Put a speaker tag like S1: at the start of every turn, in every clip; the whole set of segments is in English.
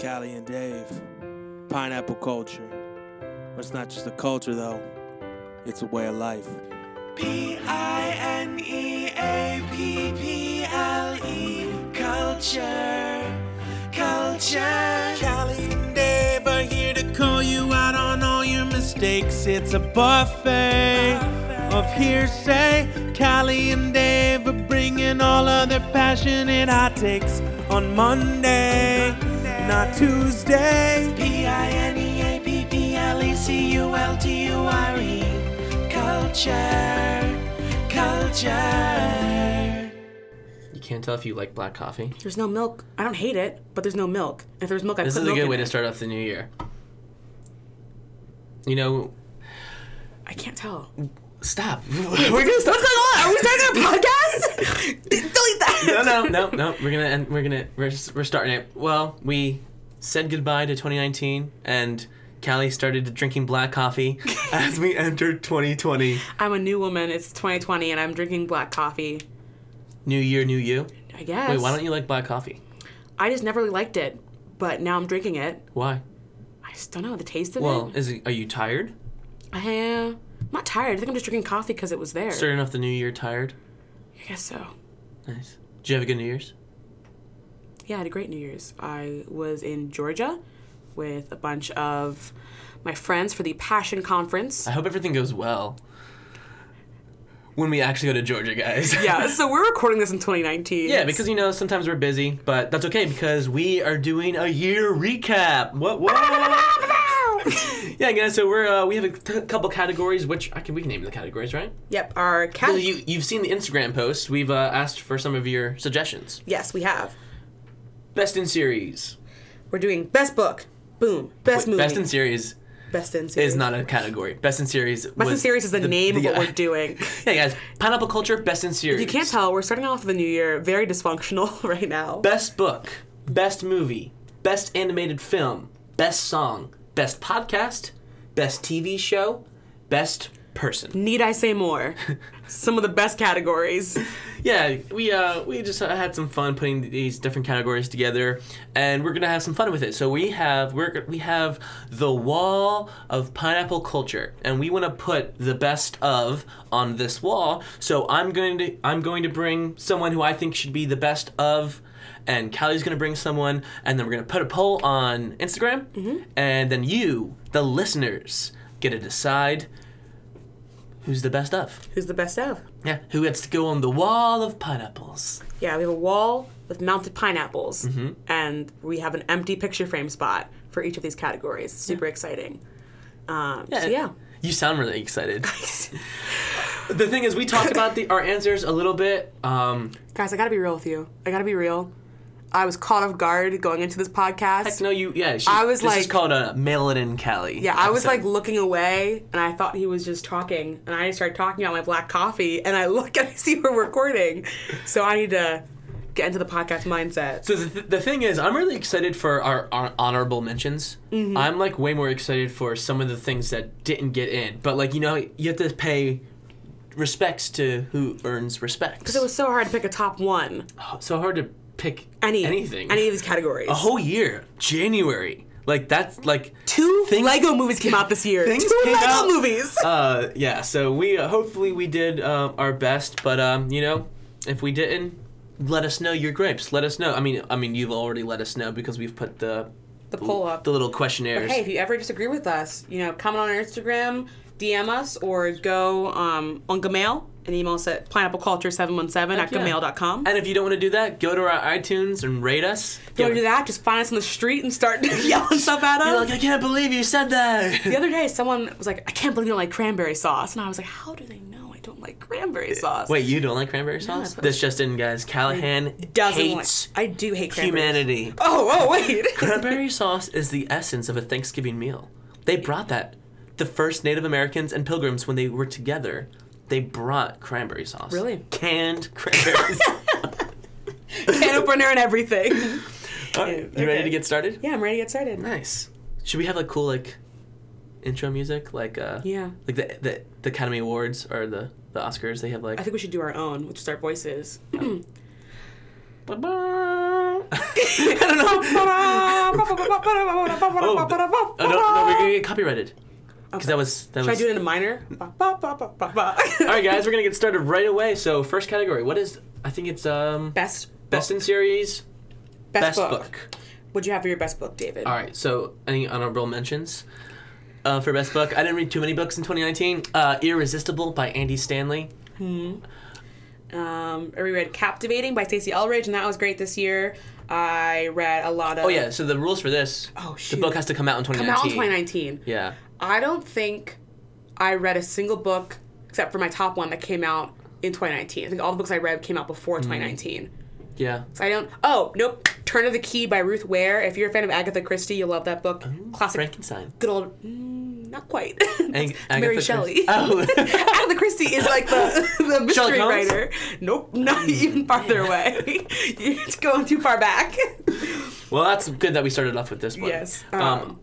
S1: Callie and Dave. Pineapple culture. But It's not just a culture, though, it's a way of life.
S2: P I N E A P P L E culture. Culture. Callie and Dave are here to call you out on all your mistakes. It's a buffet of hearsay. Callie and Dave are bringing all of their passionate hot takes on Monday, not Tuesday. P I N E A P P L E C U L T U R E. Culture. Culture.
S3: You can't tell if you like black coffee.
S4: There's no milk. I don't hate it, but there's no milk. If there's milk, I
S3: This
S4: put
S3: is a
S4: milk
S3: good
S4: in
S3: way
S4: it.
S3: to start off the new year. You know,
S4: I can't tell.
S3: stop. We're gonna stop.
S4: What's going on? Are we starting a podcast? Delete that.
S3: No, no, no, no. We're gonna end. We're gonna. We're, s- we're starting it. Well, we said goodbye to 2019, and Callie started drinking black coffee as we entered 2020.
S4: I'm a new woman. It's 2020, and I'm drinking black coffee.
S3: New year, new you.
S4: I guess.
S3: Wait, why don't you like black coffee?
S4: I just never really liked it, but now I'm drinking it.
S3: Why?
S4: I just don't know the taste of
S3: Well,
S4: it.
S3: is it, are you tired?
S4: I, uh, I'm not tired. I think I'm just drinking coffee because it was there.
S3: Starting off the new year tired.
S4: I guess so.
S3: Nice. Did you have a good New Year's?
S4: Yeah, I had a great New Year's. I was in Georgia with a bunch of my friends for the Passion Conference.
S3: I hope everything goes well. When we actually go to Georgia, guys.
S4: yeah, so we're recording this in 2019.
S3: Yeah, because you know sometimes we're busy, but that's okay because we are doing a year recap. What? What? yeah, guys. So we're uh, we have a t- couple categories, which I can we can name the categories, right?
S4: Yep, our cat.
S3: You you've seen the Instagram post. We've uh, asked for some of your suggestions.
S4: yes, we have.
S3: Best in series.
S4: We're doing best book. Boom. Best movie.
S3: Best in series
S4: Best in series.
S3: is not a category. Best in series.
S4: Best in series is the, name of what we're doing.
S3: uh, Yeah, guys. Pineapple culture. Best in series.
S4: You can't tell. We're starting off the new year very dysfunctional right now.
S3: Best book, best movie, best animated film, best song, best podcast, best TV show, best person.
S4: Need I say more? Some of the best categories.
S3: Yeah, we uh we just uh, had some fun putting these different categories together, and we're gonna have some fun with it. So we have we're we have the wall of pineapple culture, and we want to put the best of on this wall. So I'm going to I'm going to bring someone who I think should be the best of and Callie's gonna bring someone, and then we're gonna put a poll on Instagram, and then you, the listeners, get to decide who's the best of.
S4: Who's the best of?
S3: Yeah, who gets to go on the wall of pineapples?
S4: Yeah, we have a wall with mounted pineapples, and we have an empty picture frame spot for each of these categories. Super exciting. Um, So yeah.
S3: You sound really excited. the thing is, we talked about the, our answers a little bit. Um,
S4: Guys, I gotta be real with you. I gotta be real. I was caught off guard going into this podcast.
S3: no, you, yeah. She,
S4: I was
S3: this is
S4: like-
S3: called a mail it in, Callie.
S4: Yeah, I was
S3: episode.
S4: like looking away, and I thought he was just talking, and I started talking about my black coffee, and I look and I see we're recording, so I need to get into the podcast mindset.
S3: So the, th- the thing is, I'm really excited for our, our honorable mentions.
S4: Mm-hmm.
S3: I'm like way more excited for some of the things that didn't get in. But like you know, you have to pay respects to who earns respects.
S4: It was so hard to pick a top one,
S3: so hard to pick
S4: any
S3: anything.
S4: any of these categories.
S3: a whole year, January. Like that's like
S4: Two
S3: things-
S4: Lego movies came out this year.
S3: things
S4: Two
S3: came
S4: Lego
S3: out-
S4: movies.
S3: uh yeah. So we uh, hopefully we did um, our best, but um you know if we didn't, let us know your gripes. Let us know. I mean I mean you've already let us know because we've put the
S4: The poll up.
S3: the little questionnaires.
S4: hey, if you ever disagree with us, you know, comment on our Instagram, DM us, or go um, on Gmail and email us at pineappleculture717 at
S3: yeah.
S4: gmail.com.
S3: And if you don't want to do that, go to our iTunes and rate us.
S4: Don't do that. Just find us on the street and start yelling stuff at us.
S3: You're like, I can't believe you said that.
S4: The other day, someone was like, I can't believe you don't like cranberry sauce. And I was like, how do they know I don't like cranberry sauce?
S3: Wait, you don't like cranberry sauce?
S4: but-
S3: this just in, guys. Callahan
S4: doesn't
S3: hates
S4: like. I do hate cranberry
S3: humanity.
S4: Oh, oh, wait.
S3: cranberry sauce is the essence of a Thanksgiving meal. They brought that. The first Native Americans and pilgrims, when they were together, they brought cranberry sauce.
S4: Really?
S3: Canned cranberry sauce.
S4: Can opener and everything.
S3: All right, you ready
S4: Okay.
S3: to get started?
S4: Yeah, I'm ready to get started.
S3: Nice. Should we have like cool like intro music like uh
S4: Yeah.
S3: like the the, the Academy Awards or the the Oscars they have like
S4: I think we should do our own, which is our voices.
S3: I don't know.
S4: Ba-ba, ba-ba, ba-ba,
S3: Oh, the, oh no, no, we're gonna get copyrighted. Because that was that
S4: Should I
S3: was.
S4: do it in a minor? Ba, ba, ba, ba, ba, ba.
S3: All right, guys, we're gonna get started right away. So first category, what is? I think it's um
S4: Best
S3: best in series, best, book.
S4: What'd you have for your best book, David?
S3: All right, so any honorable mentions? Uh, for best book, I didn't read too many books in 2019. Uh, Irresistible by Andy Stanley.
S4: Um, I reread Captivating by Stacey Elridge, and that was great this year. I read a lot of.
S3: Oh yeah, so the rules for this,
S4: Oh, shoot.
S3: the book has to come out in
S4: Come
S3: 2019.
S4: out in 2019.
S3: Yeah.
S4: I don't think I read a single book except for my top one that came out in 2019. I think all the books I read came out before 2019.
S3: Yeah.
S4: So I don't. Oh nope. Turn of the Key by Ruth Ware. If you're a fan of Agatha Christie, you'll love that book. Classic.
S3: Frankenstein.
S4: Good old. Mm, not quite.
S3: Ag-
S4: That's Mary
S3: Agatha
S4: Shelley.
S3: Christie. Oh.
S4: Agatha Christie is like the, the
S3: Sherlock
S4: mystery
S3: Holmes? Mm.
S4: writer. Nope, not even farther away. it's going too far back.
S3: Well, that's good that we started off with this one.
S4: Yes.
S3: Um,
S4: Um,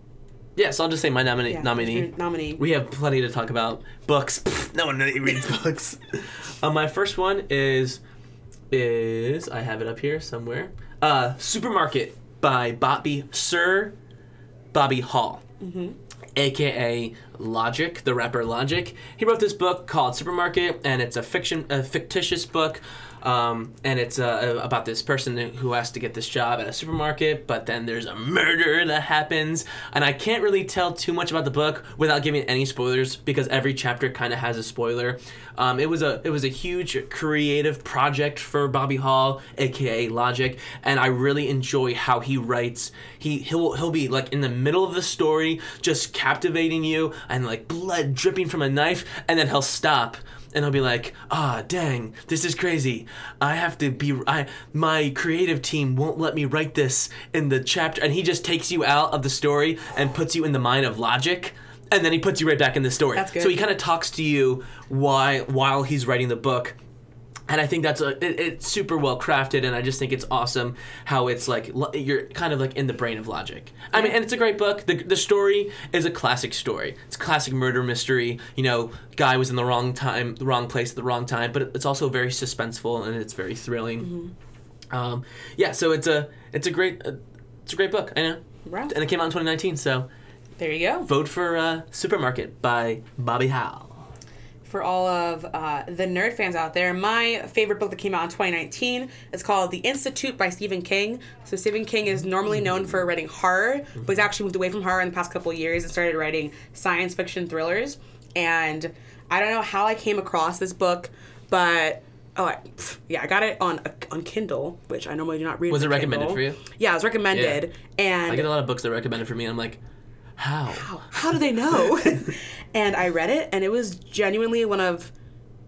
S3: yes, I'll just say my nomina-
S4: yeah,
S3: nominee.
S4: your Nominee.
S3: We have plenty to talk about. Books. Pfft, no one really reads books. Uh, my first one is is I have it up here somewhere. Uh, Supermarket by Bobby Sir Bobby Hall. AKA Logic, the rapper Logic. He wrote this book called Supermarket, and it's a fiction, a fictitious book, um, and it's uh, about this person who has to get this job at a supermarket, but then there's a murder that happens, and I can't really tell too much about the book without giving any spoilers because every chapter kind of has a spoiler. Um, it was a it was a huge creative project for Bobby Hall, aka Logic, and I really enjoy how he writes. He he'll he'll be like in the middle of the story, just captivating you, and like blood dripping from a knife, and then he'll stop. And he'll be like, "Ah, dang, this is crazy. I have to be. I my creative team won't let me write this in the chapter." And he just takes you out of the story and puts you in the mind of logic, and then he puts you right back in the story.
S4: That's good.
S3: So he kind of talks to you why while he's writing the book and I think that's a it, it's super well crafted, and I just think it's awesome how it's like lo- you're kind of like in the brain of logic. I mean, and it's a great book. The the story is a classic story. It's a classic murder mystery. You know, guy was in the wrong time, the wrong place at the wrong time. But it's also very suspenseful and it's very thrilling. Um, yeah, so it's a it's a great uh, it's a great book. I know,
S4: Right.
S3: and it came out in 2019. So
S4: There you go.
S3: vote for uh, Supermarket by Bobby Howell.
S4: For all of uh, the nerd fans out there, my favorite book that came out in 2019 is called The Institute by Stephen King. So Stephen King is normally known for writing horror, but he's actually moved away from horror in the past couple of years and started writing science fiction thrillers. And I don't know how I came across this book, but oh, I, pff, yeah, I got it on on Kindle, which I normally do not read.
S3: Was
S4: on
S3: it recommended
S4: Kindle.
S3: for you?
S4: Yeah, it was recommended, and
S3: I get a lot of books that are recommended for me, and I'm like, how?
S4: how do they know? and I read it, and it was genuinely one of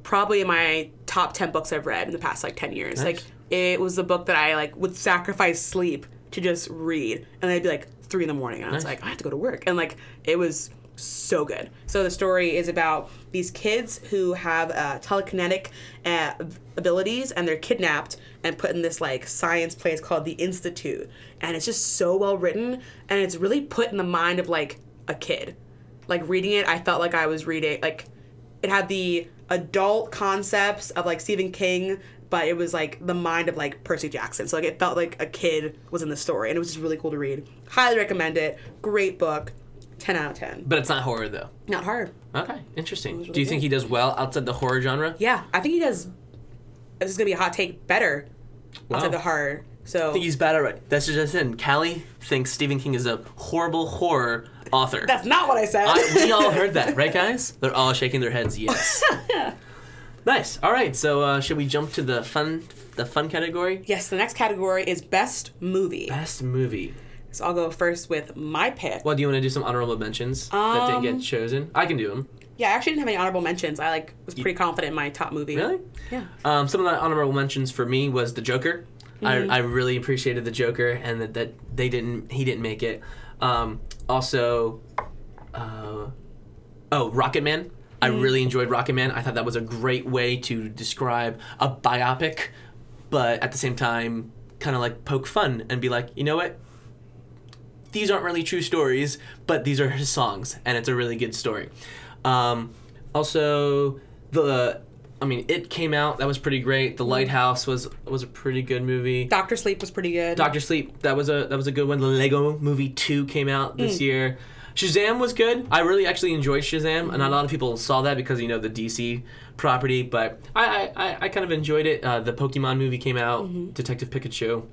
S4: probably my top 10 books I've read in the past like 10 years. Like, it was the book that I like would sacrifice sleep to just read, and I'd be like three in the morning, and I was like, I have to go to work, and like it was so good. So the story is about these kids who have uh, telekinetic uh, abilities, and they're kidnapped and put in this like science place called the Institute, and it's just so well written, and it's really put in the mind of like a kid. Like reading it, I felt like I was reading like it had the adult concepts of like Stephen King, but it was like the mind of like Percy Jackson. So like it felt like a kid was in the story, and it was just really cool to read. Highly recommend it. Great book. Ten out of ten.
S3: But it's not horror though.
S4: Not hard.
S3: Okay, interesting. Do you think he does well outside the horror genre?
S4: Yeah, I think he does. This is gonna be a hot take. Better outside the horror. So
S3: I think he's bad at it. That's just it. Callie thinks Stephen King is a horrible horror author.
S4: that's not what I said.
S3: I, we all heard that, right, guys? They're all shaking their heads. Yes. nice. All right. So, uh, should we jump to the fun, the fun category?
S4: yes, the next category is best movie.
S3: Best movie.
S4: So I'll go first with my pick.
S3: Well, do you want to do some honorable mentions that didn't
S4: Um,
S3: get chosen? I can do them.
S4: Yeah, I actually didn't have any honorable mentions. I like was pretty confident in my top movie.
S3: Really?
S4: Yeah.
S3: Um, some of the honorable mentions for me was the Joker. I, I really appreciated the Joker and that, that they didn't he didn't make it. Um, also, uh, oh Rocket Man. I really enjoyed Rocket Man. I thought that was a great way to describe a biopic, but at the same time, kind of like poke fun and be like, you know what? These aren't really true stories, but these are his songs, and it's a really good story. Um, also, the I mean, it came out. That was pretty great. The Lighthouse was was a pretty good movie.
S4: Doctor Sleep was pretty good.
S3: Doctor Sleep. That was a that was a good one. The Lego Movie Two came out this year. Shazam was good. I really actually enjoyed Shazam, and not a lot of people saw that because you know the DC property. But I I, I, I kind of enjoyed it. Uh, the Pokemon movie came out. Detective Pikachu.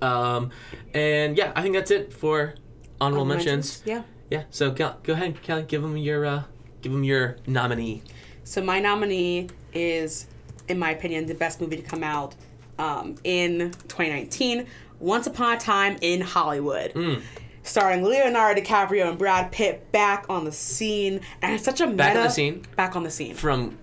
S3: Um, and yeah, I think that's it for honorable mentions.
S4: Yeah.
S3: Yeah. So go, go ahead, Kelly. Give them your uh, give them your nominee.
S4: So my nominee is, in my opinion, the best movie to come out um, in 2019. Once Upon a Time in Hollywood,
S3: Hmm.
S4: starring Leonardo DiCaprio and Brad Pitt back on the scene, and it's such a
S3: Back on the
S4: meta
S3: scene?
S4: Back on the scene.
S3: From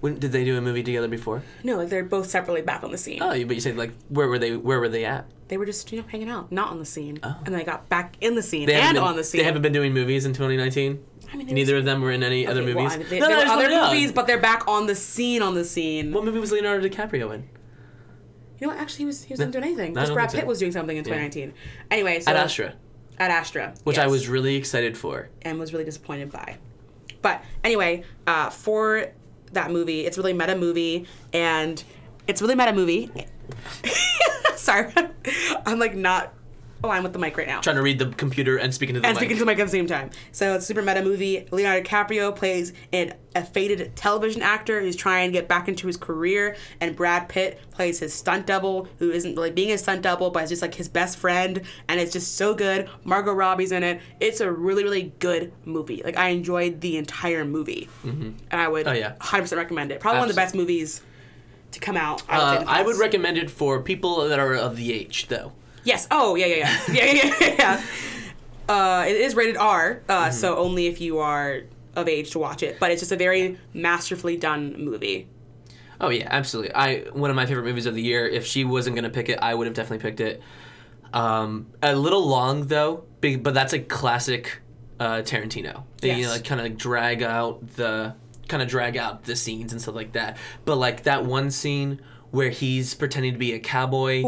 S3: when did they do a movie together before?
S4: No, like they're both separately back on the scene.
S3: Oh, you- but you said like where were they? Where were they at?
S4: They were just you know hanging out, not on the scene, and they got back in the scene
S3: Oh. They haven't
S4: and
S3: been-
S4: on the scene.
S3: They haven't been doing movies in 2019.
S4: I mean, it
S3: Neither
S4: was-
S3: of them were in any other
S4: Okay,
S3: movies.
S4: Well, I mean, they,
S3: No, no,
S4: there
S3: I
S4: were
S3: just
S4: other
S3: wanna know.
S4: movies, but they're back on the scene. On the scene.
S3: What movie was Leonardo DiCaprio in?
S4: You know, what? actually, he was he wasn't doing anything.
S3: I
S4: Because
S3: don't
S4: Brad
S3: think so.
S4: Pitt was doing something in 2019. Anyway, so
S3: At Astra,
S4: at Astra,
S3: Uh, which I
S4: yes,
S3: was really excited for.
S4: and was really disappointed by. But anyway, uh, for that movie, it's really meta movie, and it's really meta movie. Sorry, I'm like not aligned with the mic right now.
S3: Trying to read the computer and speaking to the
S4: and
S3: mic.
S4: speaking to Mike at the same time. So it's a super meta movie. Leonardo DiCaprio plays an, a faded television actor who's trying to get back into his career, and Brad Pitt plays his stunt double, who isn't really being his stunt double, but is just like his best friend, and it's just so good. Margot Robbie's in it. It's a really, really good movie. Like I enjoyed the entire movie, and I would
S3: Oh, yeah.
S4: 100% recommend it. Probably one of the
S3: Absolutely.
S4: best movies to come out. I would, say,
S3: Uh,
S4: in the
S3: I would
S4: past.
S3: recommend it for people that are of the age, though.
S4: Yes. Oh, yeah, yeah, yeah, yeah, yeah, yeah. yeah. Uh, it is rated R, uh,
S3: Mm-hmm.
S4: so only if you are of age to watch it. But it's just a very masterfully done movie.
S3: Oh yeah, absolutely. I one of my favorite movies of the year. If she wasn't gonna pick it, I would have definitely picked it. Um, a little long though, be- but that's a classic uh, Tarantino. They you know,
S4: Yes.
S3: like kind of drag out the kind of drag out the scenes and stuff like that. But like that one scene where he's pretending to be a cowboy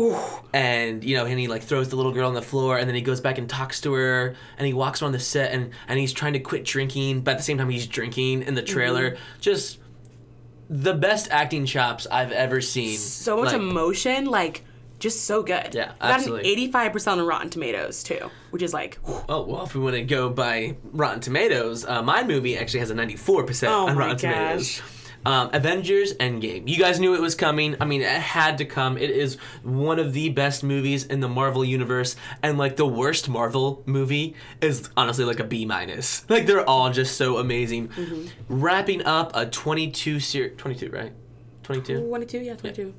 S3: and you know and he like throws the little girl on the floor and then he goes back and talks to her and he walks around the set and and he's trying to quit drinking but at the same time he's drinking in the trailer just the best acting chops I've ever seen.
S4: So much
S3: Like,
S4: emotion, like just so good.
S3: Yeah,
S4: It got
S3: absolutely.
S4: an eighty-five percent on Rotten Tomatoes too, which is like
S3: Oh well, if we want to go by Rotten Tomatoes, uh, my movie actually has a ninety-four percent
S4: Oh
S3: on
S4: my
S3: Rotten Tomatoes.
S4: gosh.
S3: Um, Avengers Endgame. You guys knew it was coming. I mean, it had to come. It is one of the best movies in the Marvel universe, and like the worst Marvel movie is honestly like a B minus. Like they're all just so amazing.
S4: Mm-hmm.
S3: Wrapping up a twenty-two series, twenty-two right? Twenty-two.
S4: twenty-two. Yeah, twenty-two.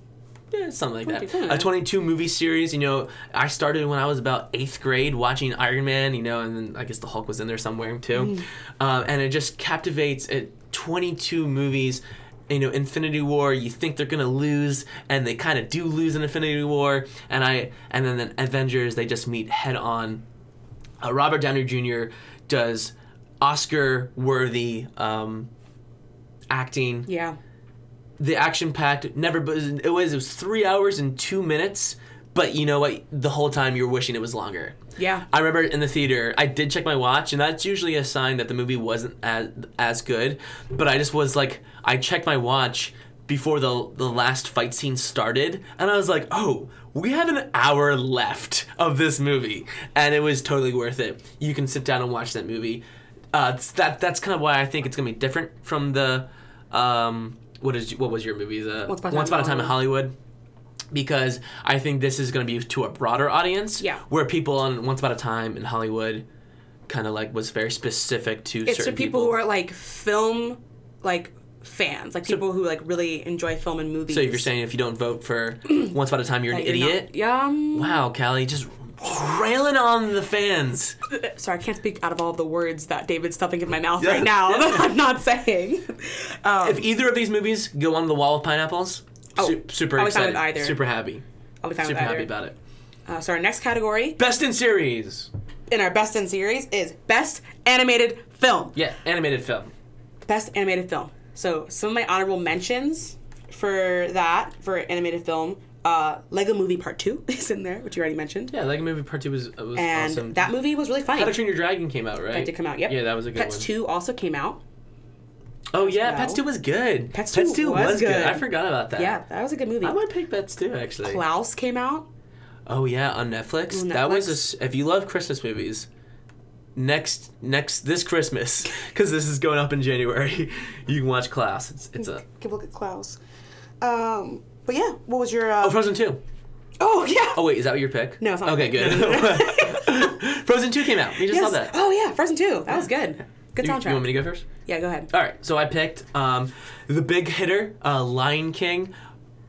S3: Yeah, something like
S4: Twenty-two,
S3: that. A 22 movie series, you know, I started when I was about eighth grade watching Iron Man, you know, and then I guess the Hulk was in there somewhere too. Um, and it just captivates at 22 movies. You know, Infinity War, you think they're going to lose, and they kind of do lose in Infinity War. And I, and then the Avengers, they just meet head on uh, Robert Downey Jr. does Oscar worthy um, acting.
S4: Yeah.
S3: The action packed never, but it was it was three hours and two minutes. But you know what? The whole time you're wishing it was longer.
S4: Yeah.
S3: I remember in the theater, I did check my watch, and that's usually a sign that the movie wasn't as as good. But I just was like, I checked my watch before the the last fight scene started, and I was like, oh, we have an hour left of this movie, and it was totally worth it. You can sit down and watch that movie. Uh, it's- that that's kind of why I think it's gonna be different from the, um, what is what was your movie? The
S4: Once Upon a Time in
S3: in Hollywood because I think this is going to be to a broader audience.
S4: Yeah.
S3: Where people on Once Upon a Time in Hollywood kind of like was very specific to
S4: It's for
S3: certain
S4: people who are like film, like fans, like people who like really enjoy film and movies.
S3: so if you're saying if you don't vote for Once Upon a Time, you're an
S4: You're not-
S3: idiot.
S4: yeah. um,
S3: Wow, Callie, just railing on the fans.
S4: sorry, I can't speak out of all the words that David's stuffing in my mouth right now that I'm not saying.
S3: if either of these movies go on the wall of pineapples,
S4: Oh,
S3: su- super
S4: I was fine
S3: excited,
S4: with either.
S3: super happy,
S4: I'll be fine
S3: super
S4: with
S3: happy
S4: either.
S3: about it.
S4: Uh, so our next category
S3: Best in series.
S4: in our best in series is best animated film.
S3: Yeah, animated film.
S4: Best animated film. So some of my honorable mentions for that for animated film, uh, Lego Movie Part Two is in there, which you already mentioned,
S3: Yeah, Lego Movie Part Two was was
S4: and
S3: awesome.
S4: that movie was really funny.
S3: How to Train Your Dragon came out, right?
S4: It did come out. Yep.
S3: Yeah, that was a good
S4: Pets
S3: one.
S4: Two also came out.
S3: Oh yeah,
S4: well.
S3: Pets Two was good.
S4: Pets 2 was good.
S3: I forgot about that.
S4: Yeah, that was a good movie.
S3: I might pick Pets Two actually.
S4: Klaus came out.
S3: Oh yeah, on Netflix.
S4: On
S3: That was
S4: Netflix.
S3: a, s- if you love Christmas movies, next next this Christmas because this is going up in January. You can watch Klaus. It's it's a
S4: Give a look at Klaus. Um, but yeah, what was your? Uh,
S3: oh Frozen Two.
S4: oh, yeah.
S3: Oh wait, is that what your pick?
S4: No, it's not
S3: Okay,
S4: my pick.
S3: good. Frozen Two came out. We just
S4: Yes.
S3: saw that.
S4: Oh yeah, Frozen Two. That was good. Good
S3: You, you
S4: soundtrack.
S3: want me to go first?
S4: yeah, go ahead.
S3: All right, so I picked um, the big hitter, uh, Lion King.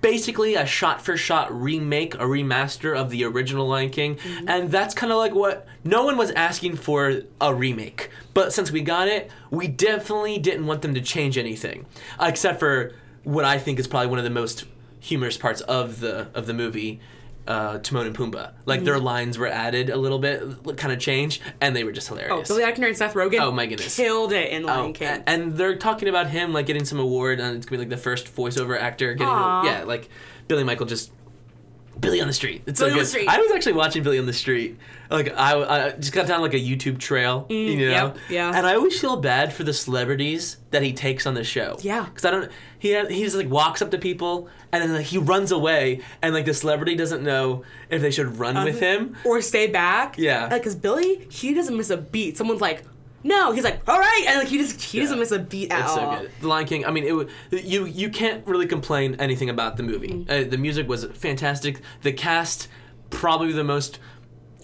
S3: Basically, a shot for shot remake, a remaster of the original Lion King. And that's kind of like what no one was asking for a remake. But since we got it, we definitely didn't want them to change anything, except for what I think is probably one of the most humorous parts of the of the movie. Uh, Timon and Pumbaa, like their lines were added a little bit, kind of changed, and they were just
S4: Oh,
S3: hilarious.
S4: Billy Eichner and Seth Rogen.
S3: Oh, my goodness.
S4: killed it in Lion
S3: Oh,
S4: King.
S3: a- And they're talking about him like getting some award, and it's gonna be like the first voiceover actor getting.
S4: Aw.
S3: yeah, like Billy Michael just. Billy on the street. It's so
S4: Billy on the
S3: good.
S4: Street.
S3: I was actually watching Billy on the street. Like I, I just got down like a YouTube trail, you know.
S4: Mm, yep, yeah.
S3: And I always feel bad for the celebrities that he takes on the show.
S4: Yeah.
S3: Because I don't. He has, he just like walks up to people and then like he runs away and like the celebrity doesn't know if they should run
S4: Uh-huh.
S3: with him.
S4: or stay back.
S3: Yeah.
S4: Like, cause Billy, he doesn't miss a beat. Someone's like, no, he's like, all right, and like he just he doesn't miss a beat at
S3: It's
S4: all.
S3: so good. The Lion King. I mean, it wa- you you can't really complain anything about the movie.
S4: Mm.
S3: Uh, the music was fantastic. The cast, probably the most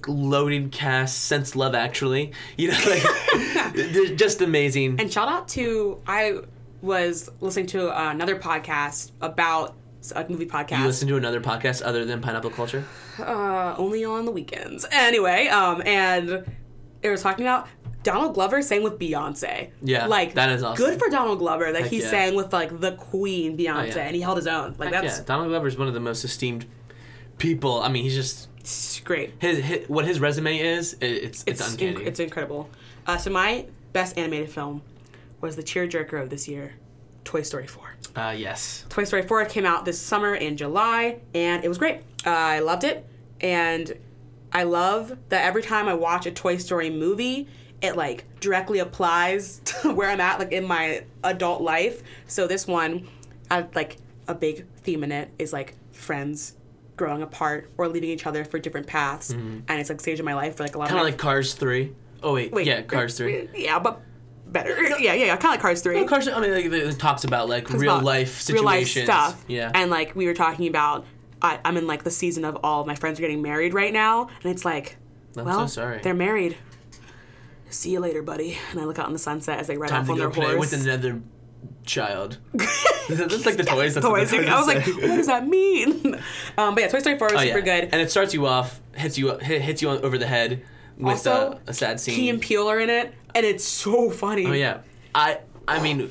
S3: loaded cast since Love Actually. You know, like they're just amazing.
S4: And shout out to I was listening to another podcast about a movie podcast.
S3: you listen to another podcast other than Pineapple Culture?
S4: uh, only on the weekends. Anyway, um, and it was talking about Donald Glover sang with Beyonce.
S3: Yeah,
S4: like
S3: that is awesome.
S4: Good for Donald Glover that he
S3: yeah. Oh,
S4: sang with like the Queen Beyonce,
S3: yeah.
S4: and he held his own. Like that's
S3: yeah, Donald Glover is one of the most esteemed people. I mean, he's just
S4: s- great.
S3: his, his what his resume is. It, it's, it's uncanny.
S4: inc- it's incredible. Uh, so my best animated film was the tearjerker of this year, Toy Story Four.
S3: uh, yes.
S4: Toy Story 4 came out this summer in July, and it was great. Uh, I loved it, and I love that every time I watch a Toy Story movie, it like directly applies to where I'm at, like in my adult life. So this one, I, like a big theme in it is like friends growing apart or leaving each other for different paths, and it's like stage of my life for like a lot
S3: Kind
S4: of
S3: of
S4: my-
S3: Mm-hmm. like Cars Three. Oh wait,
S4: Wait.
S3: yeah, Cars Three.
S4: yeah, but better. Yeah, yeah, yeah. Kind of like Cars Three.
S3: Of course, I mean, like, it talks about like real
S4: about
S3: life situations.
S4: real life stuff.
S3: Yeah.
S4: And like we were talking about, I, I'm in like the season of all my friends are getting married right now, and it's like,
S3: I'm
S4: well,
S3: so sorry.
S4: they're married. See you later, buddy. And I look out in the sunset as they ride
S3: Time
S4: off
S3: to
S4: on
S3: go
S4: their
S3: play
S4: horse.
S3: with another child. that's like the toys. That's What
S4: Toys.
S3: the toys
S4: I was
S3: say.
S4: like, what does that mean? um, but yeah, Toy Story 4 was
S3: Oh, yeah.
S4: super good.
S3: And it starts you off, hits you, hit, hits you over the head with uh,
S4: Also,
S3: a, a sad scene.
S4: Key and Peele are in it, and it's so funny.
S3: Oh yeah, I I mean,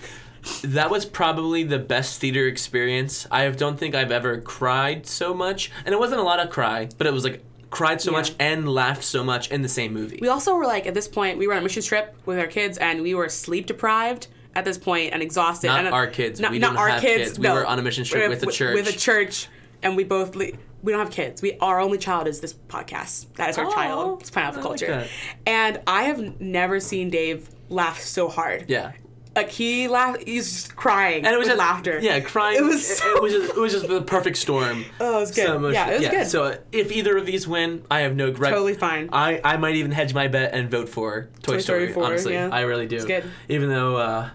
S3: that was probably the best theater experience. I don't think I've ever cried so much, and it wasn't a lot of cry, but it was like cried so much and laughed so much in the same movie.
S4: We also were like, at this point, we were on a mission trip with our kids, and we were sleep deprived at this point and exhausted.
S3: Not
S4: and, uh,
S3: our kids. We didn't have kids. We were on a mission trip
S4: We're-
S3: with a
S4: w-
S3: church.
S4: With a church, and we both le- we don't have kids. We our only child is this podcast. That is our
S3: Aw,
S4: child. It's pineapple
S3: I like
S4: culture.
S3: that.
S4: and I have n- never seen Dave laugh so hard.
S3: yeah.
S4: like he laughed. He's just crying and it was with
S3: just,
S4: laughter.
S3: Yeah, crying.
S4: It was
S3: it-
S4: so
S3: it was just, it was just the perfect storm.
S4: Oh, it was good.
S3: So emotion-
S4: Yeah, it was good.
S3: So uh, if either of these win, I have no regret.
S4: Totally fine.
S3: I, I might even hedge my bet and vote for Toy,
S4: Toy Story
S3: Story.
S4: 4,
S3: honestly,
S4: yeah.
S3: I really do.
S4: It's good.
S3: Even though, uh,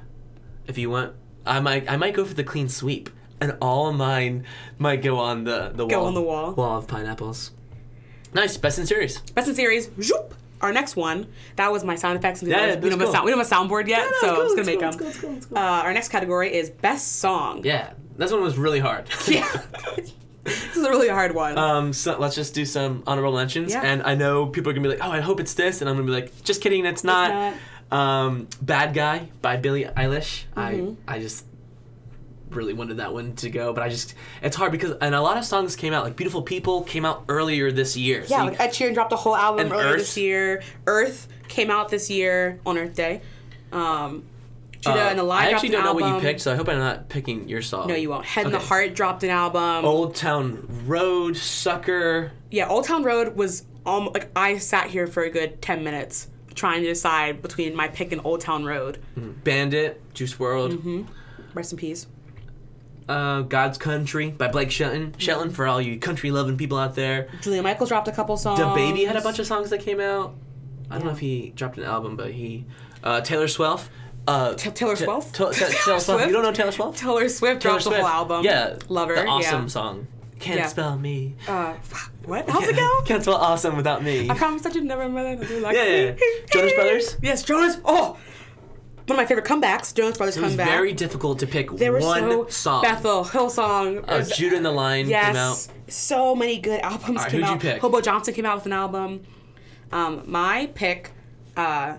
S3: if you want, I might I might go for the clean sweep, and all of mine might go on the the
S4: Go
S3: wall,
S4: on the wall.
S3: wall of pineapples. Nice, best in series.
S4: Best in series. Zoop. Our next one. That was my sound effects. We,
S3: Yeah,
S4: don't- we,
S3: that's
S4: don't, have a
S3: cool.
S4: sound, we don't have a soundboard yet,
S3: it's
S4: so
S3: cool,
S4: I'm just gonna
S3: it's cool,
S4: make them.
S3: it's cool, it's cool, it's cool.
S4: Uh, our next category is best song.
S3: Yeah, this one was really hard.
S4: Yeah. this is a really hard one.
S3: Um, so let's just do some honorable mentions.
S4: Yeah.
S3: And I know people are gonna be like, "Oh, I hope it's this," and I'm gonna be like, "Just kidding, it's not." Um, "Bad Guy" by Billie Eilish.
S4: Mm-hmm.
S3: I I just really wanted that one to go, but I just it's hard because and a lot of songs came out like "Beautiful People" came out earlier this year. so
S4: yeah,
S3: you-
S4: like Ed Sheeran dropped a whole album
S3: And
S4: earlier
S3: Earth.
S4: this year. Earth came out this year on Earth Day. Um, Judah
S3: uh,
S4: and the Lie
S3: I
S4: dropped
S3: actually
S4: an
S3: don't know what you
S4: album.
S3: picked, so I hope I'm not picking your song.
S4: No, you won't. Head in the
S3: Okay. Oh.
S4: Heart dropped an album.
S3: Old Town Road, Sucker.
S4: Yeah, Old Town Road was um like I sat here for a good ten minutes trying to decide between my pick and Old Town Road.
S3: Hmm. Bandit, Juice World,
S4: Mm-hmm. Rest in peace.
S3: uh, God's Country by Blake Shelton.
S4: Mm-hmm.
S3: Shelton for all you country loving people out there.
S4: Julia Michaels dropped a couple songs.
S3: The Baby had a bunch of songs that came out. I don't know if he dropped an album, but he uh, Taylor Swift. Uh,
S4: T- Taylor
S3: Ta-
S4: Swift?
S3: Ta- Ta- Taylor Swift. You don't know Taylor Swift?
S4: Taylor Swift
S3: Taylor
S4: dropped the whole
S3: Swift.
S4: album.
S3: Yeah,
S4: Lover.
S3: The awesome
S4: Yeah.
S3: song. Can't
S4: Yeah.
S3: spell me.
S4: Uh, fuck, what? How's it go?
S3: Can't spell awesome without me.
S4: I promise I did never remember that. Like
S3: Yeah, yeah,
S4: me.
S3: yeah. Jonas Brothers?
S4: Yes, Jonas. Oh, one of my favorite comebacks. Jonas Brothers
S3: It was
S4: comeback.
S3: very difficult to pick
S4: They were
S3: one
S4: so
S3: song.
S4: Bethel Hillsong.
S3: Uh,
S4: Is-
S3: Judah and the Lion
S4: yes,
S3: came out.
S4: so many good albums
S3: right,
S4: came
S3: who'd you
S4: out.
S3: pick?
S4: Hobo Johnson came out with an album. Um, my pick, uh,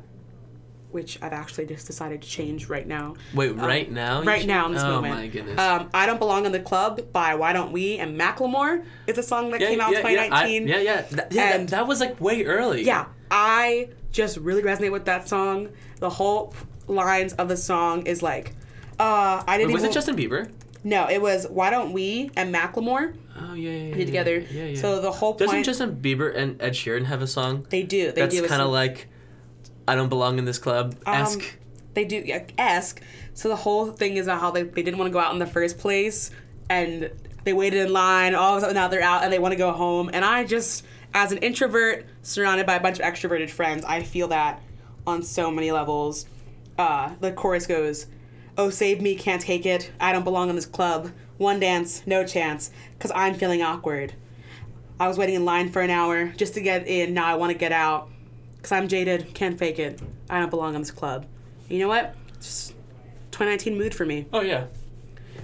S4: which I've actually just decided to change right now.
S3: Wait, right now? You
S4: Right
S3: should-
S4: now in this
S3: oh,
S4: moment.
S3: my goodness.
S4: Um, I Don't Belong in the Club by Why Don't We and Macklemore is a song that
S3: yeah,
S4: came out in
S3: yeah, yeah, I-
S4: 2019.
S3: Yeah, yeah, Th- yeah. that-
S4: And-
S3: that, was like way early.
S4: yeah, I just really resonate with that song. The whole lines of the song is like, uh, I didn't
S3: Wait, was
S4: even.
S3: it Justin Bieber?
S4: no, it was Why Don't We and Macklemore
S3: Oh yeah, yeah, yeah,
S4: be together.
S3: Yeah, yeah.
S4: So the whole
S3: Doesn't
S4: point.
S3: Justin Bieber and Ed Sheeran have a song?
S4: they do. They
S3: That's
S4: do.
S3: kind of like, I don't belong in this club. Ask.
S4: They do. Yeah, esque. So the whole thing is about how they, they didn't want to go out in the first place and they waited in line. All of a sudden now they're out and they want to go home. And I just, as an introvert surrounded by a bunch of extroverted friends, I feel that on so many levels. Uh, the chorus goes, Oh, save me, can't take it. I don't belong in this club. One dance, no chance, because I'm feeling awkward. I was waiting in line for an hour just to get in. Now I want to get out because I'm jaded, can't fake it. I don't belong in this club. You know what? Just 2019 mood for me.
S3: Oh yeah.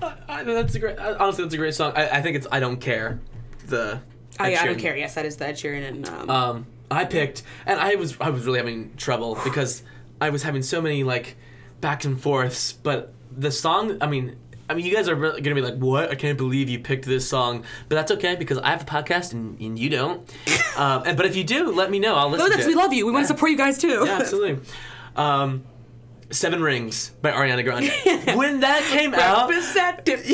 S3: I, I, that's a great. I, honestly, that's a great song. I, I think it's I don't care. The.
S4: Oh
S3: Ed
S4: yeah, I don't
S3: Sheeran.
S4: care. Yes, that is the Ed Sheeran and um,
S3: Um, I picked, and I was I was really having trouble because I was having so many like back and forths. But the song, I mean, I mean, you guys are really gonna be like, "What? I can't believe you picked this song." But that's okay because I have a podcast and, and you don't. um, and, but if you do, let me know. I'll listen.
S4: Lotus,
S3: to
S4: Oh, we
S3: it.
S4: love you. We want to support you guys too.
S3: Yeah, absolutely. Um, Seven Rings by Ariana Grande. when that came out,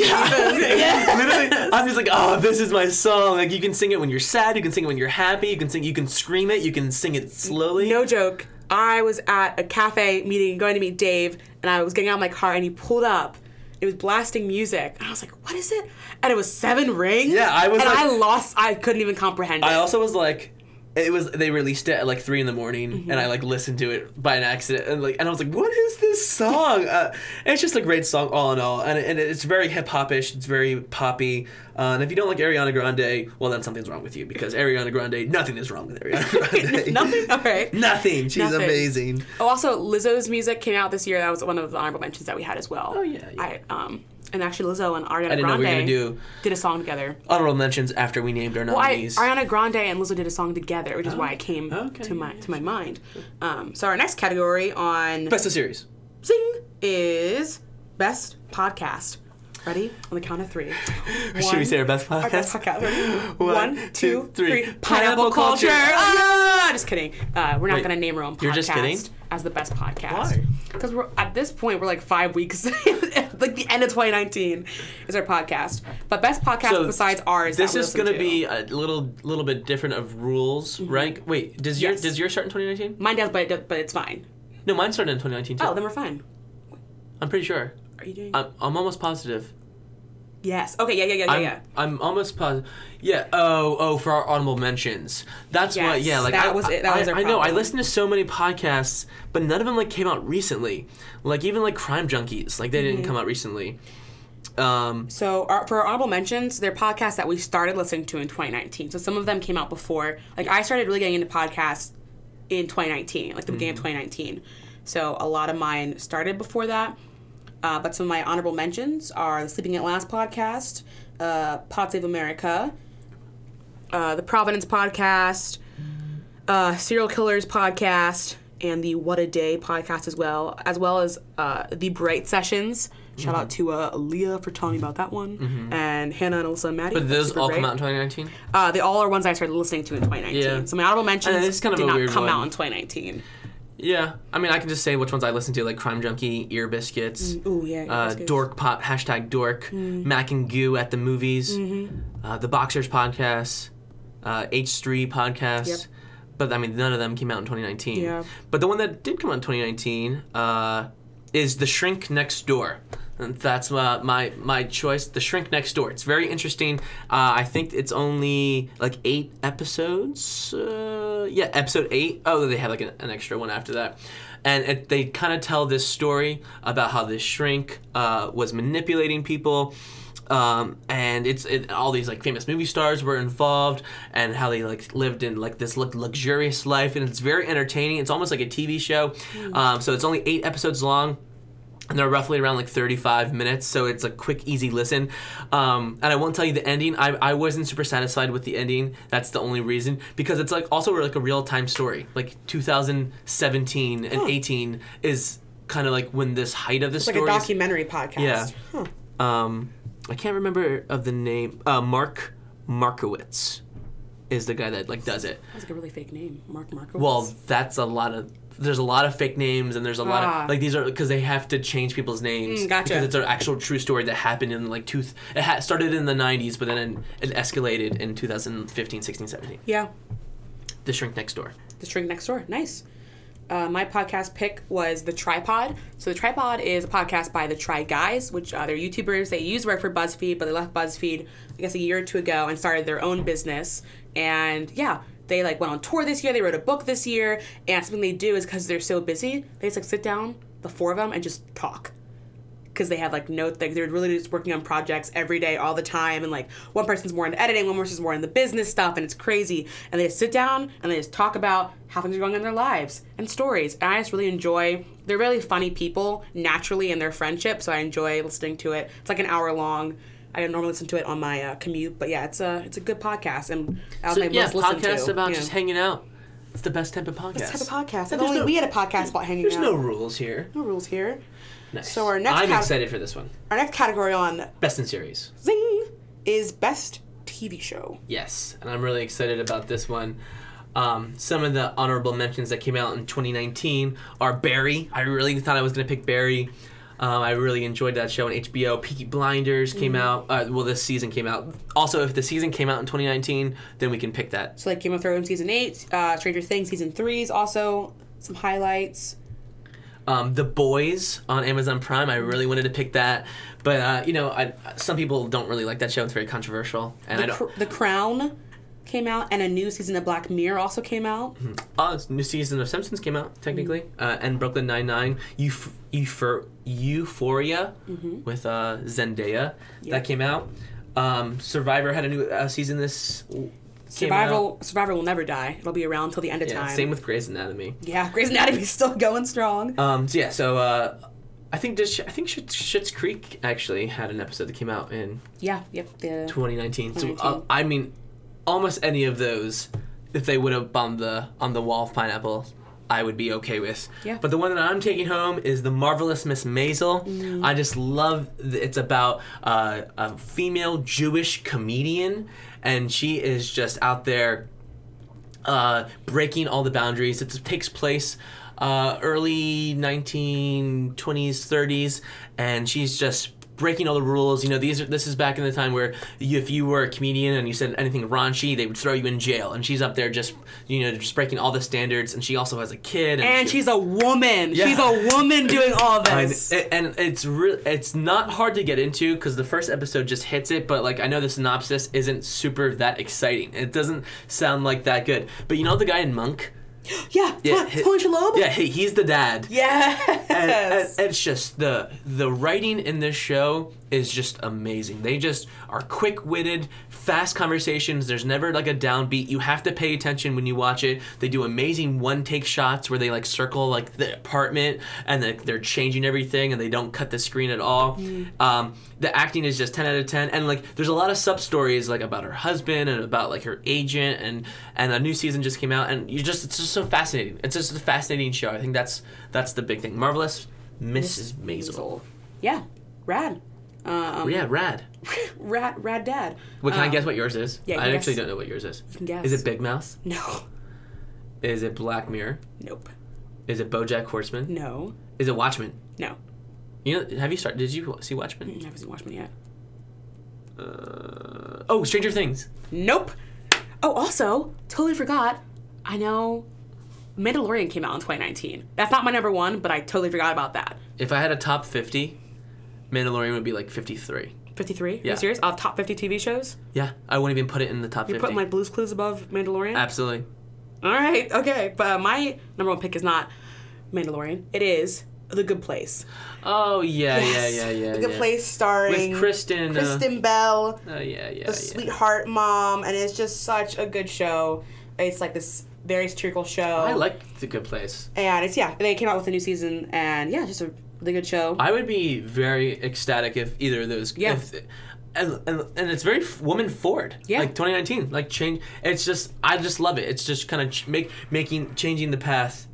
S3: Literally, I'm just like, oh, this is my song. Like, you can sing it when you're sad. You can sing it when you're happy. You can sing. You can scream it. You can sing it slowly.
S4: No joke. I was at a cafe meeting, going to meet Dave, and I was getting out of my car, and he pulled up. It was blasting music, and I was like, "What is it?" And it was Seven Rings.
S3: Yeah, I was
S4: And
S3: like-
S4: I lost. I couldn't even comprehend it.
S3: I also was like, it was. They released it at like three in the morning,
S4: Mm-hmm.
S3: and I like listened to it by an accident, and like, and I was like, what is this song? uh, and it's just a great song, all in all, and, it- and it's very hip hop ish. It's very poppy. Uh, and if you don't like Ariana Grande, well, then something's wrong with you because Ariana Grande, nothing is wrong with Ariana Grande.
S4: Nothing. All right.
S3: Nothing. She's
S4: Nothing.
S3: amazing.
S4: Oh, also Lizzo's music came out this year. That was one of the honorable mentions that we had as well. Oh
S3: yeah, yeah.
S4: I um and actually Lizzo and Ariana
S3: didn't know
S4: Grande
S3: we were gonna do-
S4: did a song together.
S3: Honorable mentions after we named our
S4: Well, I,
S3: nominees.
S4: Ariana Grande and Lizzo did a song together, which is why it came
S3: Oh, okay,
S4: to my
S3: yeah,
S4: to my mind. Um, so our next category on
S3: Best of series.
S4: Zing is best podcast. Ready on the count of three.
S3: Should we say our best
S4: Our best
S3: podcast?
S4: podcast. Ready?
S3: One,
S4: One,
S3: two,
S4: two, three.
S3: three. Pineapple
S4: Pineapple culture.
S3: culture.
S4: Ah! Just kidding. Uh, we're not
S3: Wait,
S4: gonna name our own podcast
S3: you're just kidding?
S4: as the best podcast.
S3: Why?
S4: Because we're at this point, we're like five weeks, like the end of 2019 is our podcast. But best podcast
S3: So,
S4: besides ours. that
S3: This
S4: we
S3: is
S4: listen
S3: going to
S4: to.
S3: be a little little bit different of rules, right? Wait, does your
S4: Mm-hmm. Yes.
S3: does your start in 2019?
S4: mine does, but it, but it's fine.
S3: No, mine started in 2019 too.
S4: Oh, then we're fine.
S3: I'm pretty sure.
S4: Are you doing?
S3: I'm, I'm almost positive.
S4: yes. Okay. Yeah. Yeah. Yeah.
S3: Um, I'm, I'm
S4: Oh, Yeah. yeah.
S3: almost positive. Yeah. Oh, oh, for our honorable mentions. That's why.
S4: Yes,
S3: Yeah. Like
S4: that
S3: I,
S4: was it. That
S3: I,
S4: was our
S3: I know. I
S4: problem.
S3: listened to so many podcasts, but none of them like came out recently. Like even like Crime Junkies, like they
S4: Mm-hmm.
S3: didn't come out recently. Um,
S4: So our, for our honorable mentions, they're podcasts that we started listening to in 2019. So some of them came out before. Like I started really getting into podcasts in 2019, like the beginning of 2019. So a lot of mine started before that. Uh, but some of my honorable mentions are the Sleeping at Last podcast, uh, Pod Save America, uh, the Providence podcast, uh, Serial Killers podcast, and the What a Day podcast as well, as well as uh, the Bright Sessions. Shout out to uh, Leah for telling me about that one, and Hannah and Alyssa and Maddie.
S3: Mm-hmm. but those
S4: Super
S3: all
S4: Bright.
S3: come out in 2019.
S4: Uh, they all are ones I started listening to in 2019.
S3: Yeah.
S4: So my honorable mentions
S3: And it's kind of
S4: did
S3: a
S4: not
S3: weird
S4: come
S3: one.
S4: out in 2019.
S3: Yeah, I mean, I can just say which ones I listen to, like Crime Junkie, Ear Biscuits,
S4: Ooh yeah.
S3: uh,
S4: that's good. Mm-hmm.
S3: Dork Pop, hashtag Dork, Mac and Goo at the movies, uh, the Boxers podcast, uh, H3 podcast,
S4: Yep.
S3: but I mean, none of them came out in 2019.
S4: Yeah.
S3: But the one that did come out in 2019 uh, is The Shrink Next Door. And That's uh, my my choice. The Shrink Next Door. It's very interesting. Uh, I think it's only like eight episodes. Uh, yeah, episode eight. Oh, they have like an, an extra one after that, and it, they kind of tell this story about how this shrink uh, was manipulating people um, and it's it, all these like famous movie stars were involved and how they like lived in like this like luxurious life and it's very entertaining it's almost like a tv show
S4: Hmm.
S3: um, so it's only eight episodes long and they're roughly around like 35 minutes so it's a quick easy listen um, and i won't tell you the ending I, I wasn't super satisfied with the ending that's the only reason because it's like also like a real-time story like 2017 and 18 is kind of like when this height of the
S4: It's like a
S3: story
S4: documentary podcast.
S3: Yeah.
S4: Huh.
S3: um, I can't remember of the name. Uh, Mark Markowitz is the guy that like does it.
S4: That's like a really fake name, Mark Markowitz.
S3: Well, that's a lot of. There's a lot of fake names, and there's a lot
S4: Ah.
S3: of like these are because they have to change people's names
S4: Mm, gotcha.
S3: because it's an actual true story that happened in like two. It ha- started in the '90s, but then it escalated in 2015, 16, 17.
S4: yeah,
S3: The Shrink Next Door.
S4: the shrink next door. Nice. Uh, my podcast pick was the Tripod. So the Tripod is a podcast by the Try Guys, which uh, they're YouTubers. They used to work for BuzzFeed, but they left BuzzFeed, I guess, a year or two ago and started their own business. And yeah, they like went on tour this year. They wrote a book this year, and something they do is because they're so busy, they just like sit down, the four of them, and just talk. because they have like no like they're really just working on projects every day all the time and like one person's more into editing one person's more into business stuff and it's crazy and they just sit down and they just talk about how things are going in their lives and stories and i just really enjoy they're really funny people naturally in their friendship so i enjoy listening to it it's like an hour long i don't normally listen to it on my uh, commute but yeah it's a it's a good podcast and i was
S3: So,
S4: like
S3: yeah,
S4: most listened
S3: podcast
S4: to,
S3: about
S4: you know.
S3: just hanging out. It's the best type of podcast.
S4: This type of podcast. If
S3: there's
S4: only
S3: no-
S4: we had a podcast about hanging
S3: There's
S4: out.
S3: no rules here.
S4: no rules here.
S3: Nice.
S4: So our next
S3: I'm
S4: cat-
S3: excited for this one.
S4: Our next category on
S3: Best in series.
S4: Zing is best TV show.
S3: Yes, and I'm really excited about this one. Um, some of the honorable mentions that came out in 2019 are Barry. I really thought I was gonna pick Barry. Um, I really enjoyed that show on HBO. Peaky Blinders came
S4: Mm-hmm.
S3: out. Uh, well, this season came out. Also, if the season came out in 2019, then we can pick that.
S4: So like Game of Thrones season eight, uh, Stranger Things season three is also some highlights.
S3: Um, the Boys on Amazon Prime. I really wanted to pick that, but uh, you know, I, some people don't really like that show. It's very controversial, and I
S4: The,
S3: don't.
S4: Cr- the Crown came out, and a new season of Black Mirror also came out.
S3: Oh, it's new season of Simpsons came out technically,
S4: Mm.
S3: uh, and Brooklyn Nine Nine, Euph- Euphor- Euphoria
S4: Mm-hmm.
S3: with uh, Zendaya that came out. Um, Survivor had a new uh, season this came out.
S4: Survival, Survivor will never die. It'll be around till the end of
S3: Yeah,
S4: time.
S3: same with Grey's Anatomy.
S4: yeah, Grey's Anatomy's still going strong.
S3: Um, so yeah, so uh, I think this, I think Schitt's, Schitt's Creek actually had an episode that came out in
S4: yeah, yep. The,
S3: 2019. So uh,
S4: 2019.
S3: I mean, almost any of those, if they would have on the on the wall of pineapple, I would be okay with.
S4: Yeah.
S3: But the one that I'm taking home is the marvelous Miss Maisel. I just love. th- It's about uh, a female Jewish comedian, and she is just out there uh, breaking all the boundaries. It's, it takes place uh, early 1920s, 30s, and she's just breaking all the rules. You know, these are this is back in the time where you, if you were a comedian and you said anything raunchy, they would throw you in jail. And she's up there just you know just breaking all the standards. And she also has a kid. And,
S4: and
S3: she-
S4: she's a woman. She's a woman doing all
S3: and,
S4: this.
S3: and it's real. It's not hard to get into because the first episode just hits it. But like I know the synopsis isn't super that exciting. It doesn't sound like that good. But you know the guy in Monk.
S4: yeah, yeah,
S3: hi-
S4: Tony Shalhoub.
S3: Yeah, he, he's the dad.
S4: Yes.
S3: And, and it's just the the writing in this show is just amazing. They just are quick witted, fast conversations. There's never like a downbeat. You have to pay attention when you watch it. They do amazing one take shots where they like circle like the apartment and like, they're changing everything and they don't cut the screen at all. Um, the acting is just ten out of ten. And like there's a lot of sub stories like about her husband and about like her agent and and a new season just came out and you just it's just so fascinating. It's just a fascinating show. I think that's that's the big thing. Marvelous Mrs. Maisel. Oh,
S4: yeah, rad. Um,
S3: Yeah, rad.
S4: rad, rad dad.
S3: Wait, can I
S4: Um,
S3: guess what yours is?
S4: yeah,
S3: I
S4: guess.
S3: actually don't know what yours is.
S4: can guess.
S3: Is it Big Mouth?
S4: No.
S3: Is it Black Mirror?
S4: Nope.
S3: Is it BoJack Horseman?
S4: No.
S3: Is it Watchmen?
S4: No.
S3: You know, have you started? Did you see Watchmen?
S4: I haven't seen Watchmen yet.
S3: Oh, Stranger Things.
S4: Nope. Oh, also, totally forgot. I know Mandalorian came out in 2019. That's not my number one, but I totally forgot about that.
S3: If I had a top 50, Mandalorian would be like 53.
S4: 53? Are
S3: Yeah.
S4: you serious? Off top 50 TV shows?
S3: Yeah, I wouldn't even put it in the top
S4: You're
S3: 50.
S4: putting like Blue's Clues above Mandalorian?
S3: Absolutely.
S4: All right, okay. But uh, my number one pick is not Mandalorian. It is The Good Place.
S3: Oh, yeah, yeah, yeah, yeah.
S5: The Good
S3: yeah.
S5: Place starring
S3: With Kristen. uh,
S5: Kristen Bell,
S3: Oh, yeah, yeah,
S5: the
S3: yeah.
S5: sweetheart mom, and it's just such a good show. It's like this very satirical show.
S3: I like The Good Place.
S4: And it's, yeah, they came out with a new season, and yeah, just a really good show.
S3: I would be very ecstatic if either of those.
S4: Yeah.
S3: If, and, and, and it's very f- woman forward.
S4: Yeah.
S3: Like 2019, like change. It's just I just love it. It's just kind of ch- make making changing the path.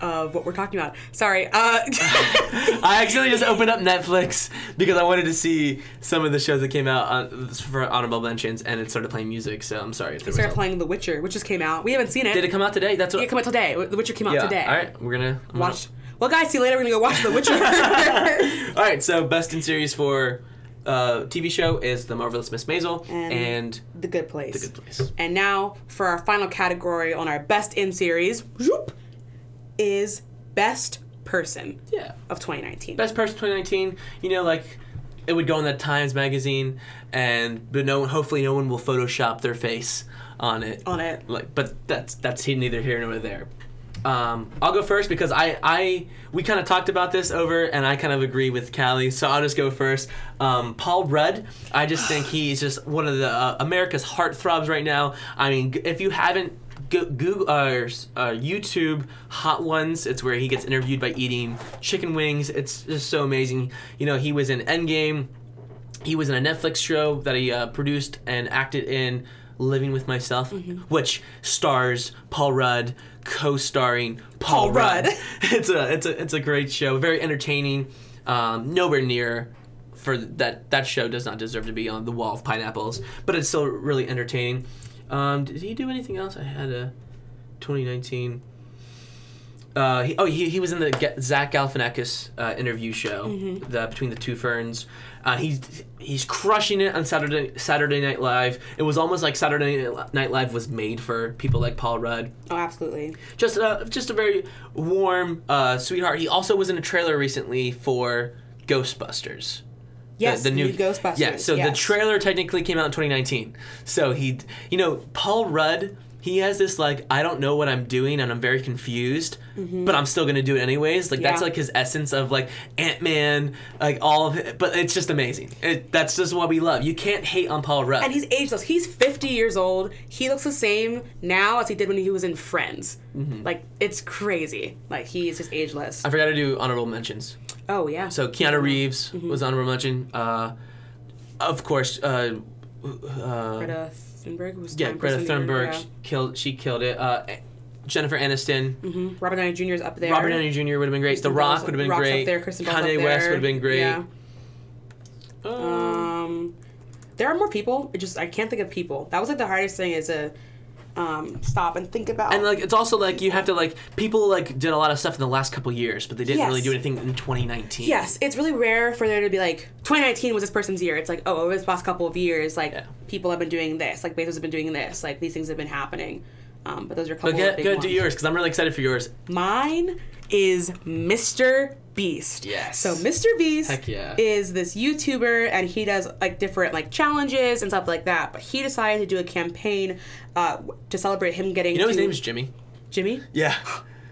S4: of what we're talking about. Sorry. Uh,
S3: I accidentally just opened up Netflix because I wanted to see some of the shows that came out on, for honorable mentions, and it started playing music. So I'm sorry. If
S4: we
S3: there
S4: started
S3: was a-
S4: playing The Witcher, which just came out. We haven't seen it.
S3: Did it come out today? That's what.
S4: Yeah, it came out today. The Witcher came out
S3: yeah.
S4: today.
S3: All right, we're gonna I'm gonna-
S4: Watch. Well, guys, see you later. We're gonna go watch The Witcher.
S3: All right, so best in series for uh, TV show is The Marvelous Miss Maisel
S4: And-
S3: and,
S4: the Good Place.
S3: The Good Place.
S4: And now for our final category on our best in series, whoop, is best person
S3: Yeah.
S4: of 2019.
S3: Best Person 2019, you know, like it would go in that Times magazine, and but no, hopefully no one will Photoshop their face on it.
S4: On it.
S3: Like, but that's that's he- neither here nor there. Um, I'll go first because I, I we kind of talked about this over, and I kind of agree with Callie, so I'll just go first. Um, Paul Rudd, I just think he's just one of the uh, America's heartthrobs right now. I mean, g- if you haven't. Go- Google uh, s- uh, YouTube Hot Ones. It's where he gets interviewed by eating chicken wings. It's just so amazing. You know, he was in Endgame he was in a Netflix show that he uh, produced and acted in, Living with Myself, which stars Paul Rudd, co-starring Paul,
S4: Paul
S3: Rudd.
S4: Rudd.
S3: it's a it's a it's a great show, very entertaining. Um, nowhere near for that that show does not deserve to be on the wall of pineapples, but it's still really entertaining. Um, did he do anything else? I had a 2019. Uh, he, oh, he, he was in the Ga- Zach Galifianakis uh, interview show, the between the two ferns. Uh, he's he's crushing it on Saturday Saturday Night Live. It was almost like Saturday Night Live was made for people like Paul Rudd.
S4: Oh, absolutely.
S3: Just a, just a very warm uh, sweetheart. He also was in a trailer recently for Ghostbusters. The-
S4: Yes,
S3: the, new
S4: Ghostbusters.
S3: Yeah, so the
S4: yes.
S3: trailer technically came out in 2019. So he, you know, Paul Rudd, he has this like I don't know what I'm doing and I'm very confused, but I'm still gonna do it anyways. Like that's
S4: Mm-hmm. Yeah.
S3: like his essence of like Ant Man, like all of it. But it's just amazing. It, that's just what we love. You can't hate on Paul Rudd.
S4: And he's ageless. He's 50 years old. He looks the same now as he did when he was in Friends.
S3: Mm-hmm.
S4: Like it's crazy. Like he is just ageless.
S3: I forgot to do honorable mentions.
S4: oh yeah.
S3: Uh, So Keanu Reeves
S4: Mm-hmm.
S3: was honorable mention. Uh, of course, uh,
S4: Greta Thunberg was
S3: yeah,
S4: time
S3: Greta
S4: person in-
S3: Thunberg
S4: yeah.
S3: killed. She killed it. Uh, Jennifer Aniston.
S4: Mm-hmm. Robert Downey Jr. is up there.
S3: Robert Downey Jr. would have been great. The
S4: Bell's-
S3: Rock would have been
S4: Rock's
S3: great.
S4: Up there. Kristen Bell's
S3: Kanye
S4: up
S3: West
S4: there.
S3: would have been great.
S4: Yeah.
S3: Oh.
S4: Um, there are more people. It just I can't think of people. That was like the hardest thing is to um, stop and think about.
S3: and like it's also like you have to like people like did a lot of stuff in the last couple years, but they didn't
S4: Yes.
S3: really do anything in 2019.
S4: yes, it's really rare for there to be like 2019 was this person's year. It's like oh, over this past couple of years, like
S3: Yeah.
S4: people have been doing this, like Bezos have been doing this, like these things have been happening. Um, but those are a couple
S3: But
S4: of
S3: get,
S4: big
S3: go
S4: ones.
S3: do yours because I'm really excited for yours.
S4: Mine is Mr. Beast.
S3: Yes.
S4: So Mr. Beast
S3: Heck yeah.
S4: is this YouTuber and he does like different like challenges and stuff like that. But he decided to do a campaign uh, to celebrate him getting
S3: You know his
S4: to-
S3: name's Jimmy.
S4: Jimmy?
S3: Yeah.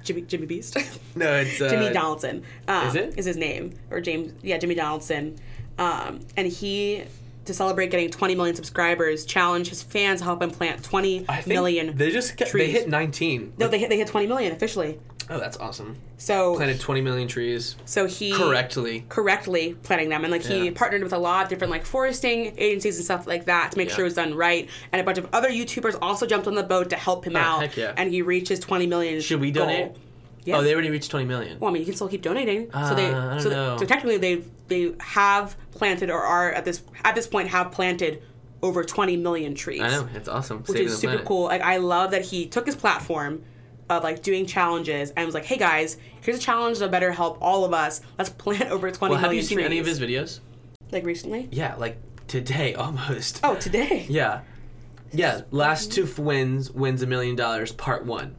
S4: Jimmy Jimmy Beast.
S3: No, it's uh,
S4: Jimmy Donaldson. Um,
S3: is it?
S4: Is his name or James? Yeah, Jimmy Donaldson. Um, and he to celebrate getting 20 million subscribers, challenged his fans to help him plant 20
S3: I think
S4: million.
S3: They just kept, they
S4: trees.
S3: hit 19.
S4: no, they hit they hit 20 million officially.
S3: Oh, that's awesome.
S4: So
S3: Planted 20 million trees
S4: so he
S3: correctly.
S4: correctly planting them and like he
S3: Yeah.
S4: partnered with a lot of different like foresting agencies and stuff like that to make
S3: Yeah.
S4: sure it was done right and a bunch of other youtubers also jumped on the boat to help him out
S3: Oh, heck yeah.
S4: and he reaches 20 million
S3: Should we donate?
S4: goal. Yes.
S3: Oh, they already reached 20 million.
S4: well, I mean, you can still keep donating. so they,
S3: Uh, I
S4: so,
S3: don't know.
S4: so technically, they they have planted or are at this at this point have planted over 20 million trees,
S3: I know, it's awesome.
S4: which
S3: Saving
S4: is
S3: the
S4: super
S3: planet.
S4: cool. Like, I love that he took his platform of like doing challenges and was like, "Hey guys, here's a challenge that better help all of us. Let's plant over 20
S3: Well, have you
S4: million
S3: seen any of
S4: trees."
S3: his videos?
S4: like recently?
S3: Yeah, like today almost.
S4: Oh, today.
S3: Yeah. Yeah, last two f- wins wins a million dollars. Part one.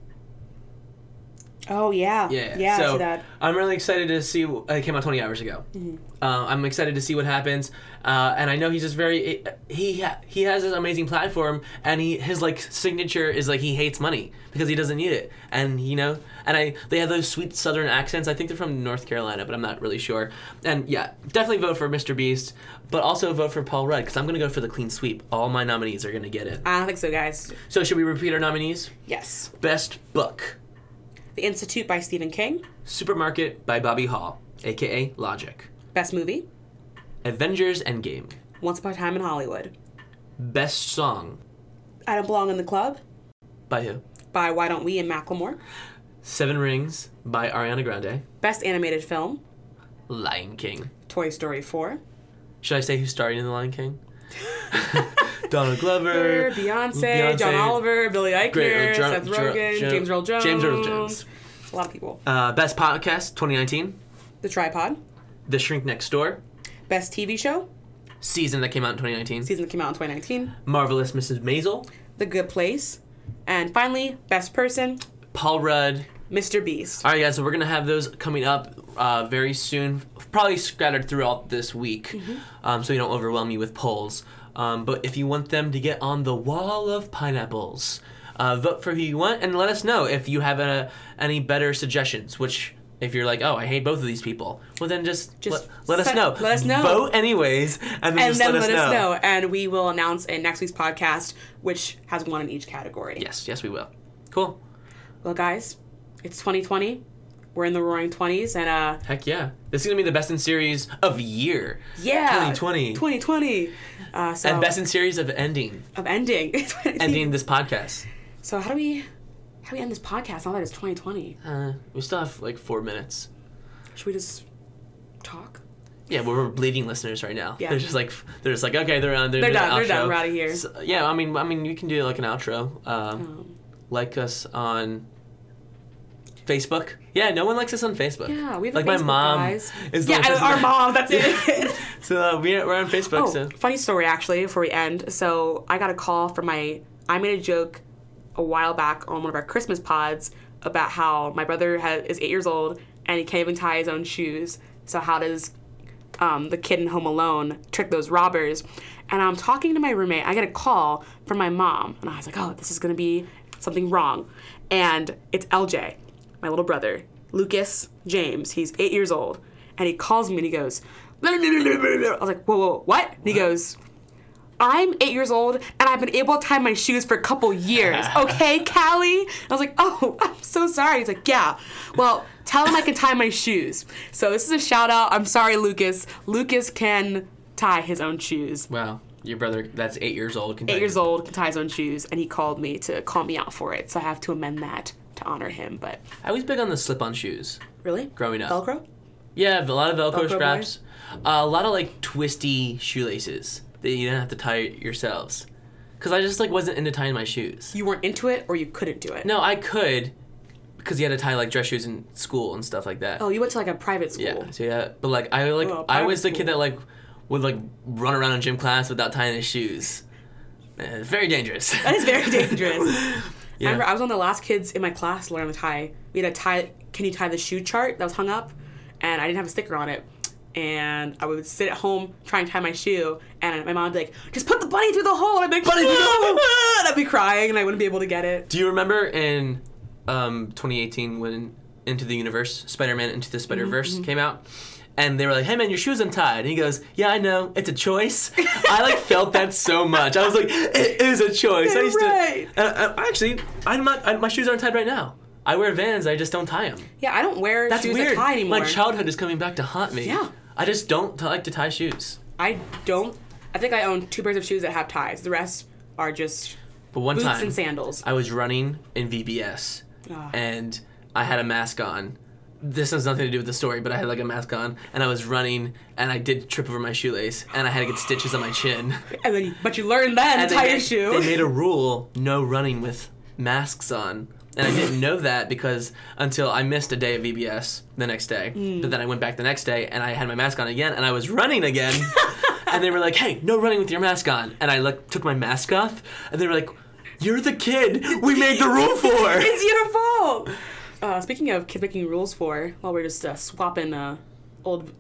S5: Oh yeah.
S3: Yeah.
S5: Yeah. I
S3: so
S5: see that. Mm-hmm.
S3: I'm really excited to see. wh- It came out 20 hours ago. Uh, I'm excited to see what happens, uh, and I know he's just very. He ha- he has this amazing platform, and he his like signature is like he hates money because he doesn't need it, and you know, and I they have those sweet Southern accents. I think they're from North Carolina, but I'm not really sure. And yeah, definitely vote for Mr. Beast, but also vote for Paul Rudd because I'm gonna go for the clean sweep. All my nominees are gonna get it.
S4: I don't think so, guys.
S3: So should we repeat our nominees?
S4: Yes.
S3: Best book.
S4: The Institute by Stephen King.
S3: Supermarket by Bobby Hall, aka Logic.
S4: Best movie.
S3: Avengers Endgame.
S4: Once Upon a Time in Hollywood.
S3: Best song
S4: I Don't Belong in the Club
S3: by who?
S4: by Why Don't We and Macklemore.
S3: Seven Rings by Ariana Grande.
S4: Best animated film.
S3: Lion King.
S4: Toy Story 4.
S3: Should I say who's starring in The Lion King? Donald Glover.
S4: Beyonce, John Oliver, Billy Eichner,
S3: Uh, Great, uh, Jar-
S4: Seth
S3: Jar-
S4: Rogen,
S3: Jar-
S4: James Earl Jones.
S3: James Earl Jones.
S4: A lot of people.
S3: Uh, best podcast 2019.
S4: The Tripod.
S3: The Shrink Next Door.
S4: Best TV show.
S3: Season that came out in 2019.
S4: Season that came out in 2019.
S3: Marvelous Mrs. Maisel.
S4: The Good Place. And finally, Best Person,
S3: Paul Rudd.
S4: Mr. Beast.
S3: All right, guys. So we're gonna have those coming up uh, very soon, probably scattered throughout this week,
S4: Mm-hmm.
S3: um, so we don't overwhelm you with polls. Um, but if you want them to get on the wall of pineapples, uh, vote for who you want, and let us know if you have uh any better suggestions. Which, if you're like, oh, I hate both of these people, well then just
S4: Just
S3: let, let us
S4: send-
S3: know.
S4: let us know.
S3: Vote anyways, and then,
S4: And
S3: just
S4: then
S3: let, us, know.
S4: and we will announce in next week's podcast which has one in each category.
S3: Yes, yes, we will. Cool.
S4: Well, guys, it's 2020. We're in the roaring 20s, and uh,
S3: Heck yeah. This is gonna be the best in series of year.
S4: yeah,
S3: 2020.
S4: 2020. Uh, so
S3: And best in series of ending.
S4: of ending.
S3: Ending this podcast.
S4: So how do we how do we end this podcast now that it's 2020?
S3: Uh, we still have like four minutes.
S4: Should we just talk?
S3: Yeah, well, we're bleeding listeners right now.
S4: Yeah.
S3: They're just like, they're just like, okay, they're on. They're,
S4: They're
S3: doing the
S4: done, they're done,
S3: outro.
S4: we're outta here.
S3: So- yeah, I mean, I mean, you can do like an outro. Um,
S4: Um,
S3: Like us on Facebook. Yeah, no one likes us on Facebook.
S4: yeah, we have a
S3: like my
S4: Facebook,
S3: mom
S4: guys.
S3: is the
S4: yeah,
S3: one who
S4: I-
S3: says
S4: our
S3: that.
S4: mom. That's it.
S3: So uh, we're, we're on Facebook.
S4: oh,
S3: So
S4: funny story actually. Before we end, so I got a call from my. I made a joke a while back on one of our Christmas pods about how my brother ha is eight years old and he can't even tie his own shoes. So how does um, the kid in Home Alone trick those robbers. And I'm talking to my roommate. I get a call from my mom, and I was like, "Oh, this is gonna be something wrong." And it's LJ, my little brother, Lucas James. He's eight years old, and he calls me and he goes, "I was like, "Whoa, whoa, what?" And he goes. I'm eight years old and I've been able to tie my shoes for a couple years. Okay, Callie? I was like, oh, I'm so sorry. He's like, yeah. Well, tell him I can tie my shoes. So this is a shout out. I'm sorry, Lucas. Lucas can tie his own shoes.
S3: wow, your brother that's eight years old. Can
S4: Eight years old, can tie his own shoes, and he called me to call me out for it. So I have to amend that to honor him. But
S3: I was big on the slip-on shoes
S4: really?
S3: growing up.
S4: Velcro?
S3: Yeah, a lot of Velcro,
S4: Velcro
S3: straps, uh, a lot of like twisty shoelaces that you didn't have to tie yourselves. Cause I just like wasn't into tying my shoes.
S4: You weren't into it or you couldn't do it?
S3: No, I could, because you had to tie like dress shoes in school and stuff like that.
S4: Oh, you went to like a private school.
S3: yeah. So yeah, but like I like
S4: Well,
S3: I
S4: private
S3: was the
S4: school.
S3: kid that like would like run around in gym class without tying his shoes. Eh, It's very dangerous.
S4: That is very dangerous.
S3: yeah.
S4: I remember I was one of the last kids in my class to learn to tie. We had a tie. Can you tie the shoe chart that was hung up? And I didn't have a sticker on it. And I would sit at home trying to tie my shoe, and my mom would be like, "Just put the bunny through the hole." And I'd be like,
S3: Bunny through the
S4: "Ah!"
S3: hole.
S4: and I'd be crying, and I wouldn't be able to get it.
S3: Do you remember in um, 2018 when Into the Universe, Spider-Man Into
S4: Mm-hmm,
S3: the Spider-Verse came out? And they were like, "Hey man, your shoe's untied." And he goes, "Yeah, I know. It's a choice." I like felt that so much. I was like, "It is a choice." I
S4: You're
S3: used
S4: right.
S3: to. And I, I- actually, I'm not. I, my shoes aren't tied right now. I wear Vans. I just don't tie them.
S4: Yeah, I don't wear
S3: That's
S4: shoes
S3: weird.
S4: that tie anymore.
S3: My childhood is coming back to haunt me.
S4: Yeah.
S3: I just don't t- like to tie shoes.
S4: I don't. I think I own two pairs of shoes that have ties. The rest are just
S3: But one
S4: boots
S3: time,
S4: and sandals.
S3: I was running in VBS
S4: Ah.
S3: and I had a mask on. This has nothing to do with the story, but I had like a mask on and I was running and I did trip over my shoelace and I had to get stitches on my chin.
S4: And then, but you learn then
S3: And
S4: to
S3: they
S4: tie your
S3: made-
S4: shoe.
S3: They made a rule no running with masks on. And I didn't know that because until I missed a day of E
S4: Hmm.
S3: VBS the next day. But then I went back the next day and I had my mask on again and I was running again. and they were like, "Hey, no running with your mask on." And I like took my mask off, and they were like, "You're the kid we made the rule for."
S4: It's your fault. Uh, speaking of kid making rules for, while we're just uh, swapping uh, old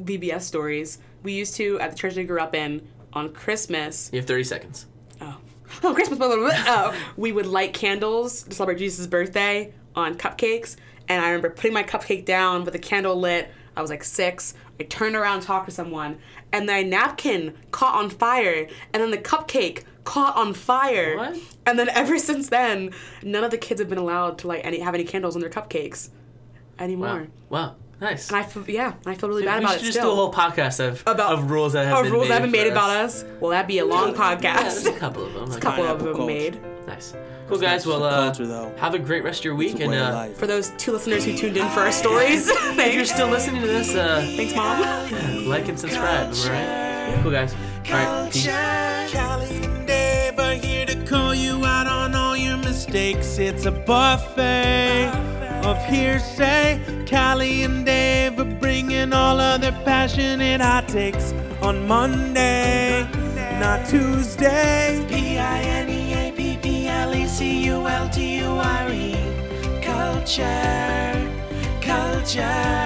S4: VBS stories, we used to at the church I grew up in on Christmas.
S3: you have 30 seconds.
S4: Oh, oh, Christmas! Blah, blah, blah, oh, we would light candles to celebrate Jesus' birthday on cupcakes, and I remember putting my cupcake down with a candle lit. I was like six. I turned around, and talked to someone, and my napkin caught on fire, and then the cupcake caught on fire.
S3: What?
S4: And then ever since then, none of the kids have been allowed to like any have any candles on their cupcakes
S3: Wow.
S4: anymore.
S3: Oh, Wow. Nice.
S4: And I feel, yeah, I feel really
S3: we
S4: bad
S3: should
S4: about it
S3: just
S4: still.
S3: do a whole podcast of
S4: About-
S3: of rules that have
S4: Our
S3: been
S4: rules
S3: made
S4: haven't made
S3: for
S4: about us. Well, that'd be a long
S3: Yeah, there's
S4: podcast.
S3: a couple of them. A
S4: couple of them
S1: Pineapple
S4: made.
S1: culture.
S3: Nice. Cool,
S1: not
S3: guys.
S1: just
S3: Well,
S1: a
S3: uh,
S1: culture, though.
S3: have a great rest of your
S1: It's
S3: week.
S1: a
S3: And
S1: way of
S3: uh,
S1: life.
S4: For those two listeners who tuned in for our stories,
S3: if you're
S4: thanks.
S3: still listening to this, uh,
S4: Thanks, Mom.
S3: like and subscribe. All right. Cool, guys. All right. Peace.
S2: Cali and
S1: Dave are here to call you out on all your mistakes. It's a buffet of hearsay. Callie and Dave are bringing all of their passionate hot takes on Monday, not Tuesday. E E.
S2: P-I-N-E-A-P-P-L-E-C-U-L-T-U-R-E Culture Culture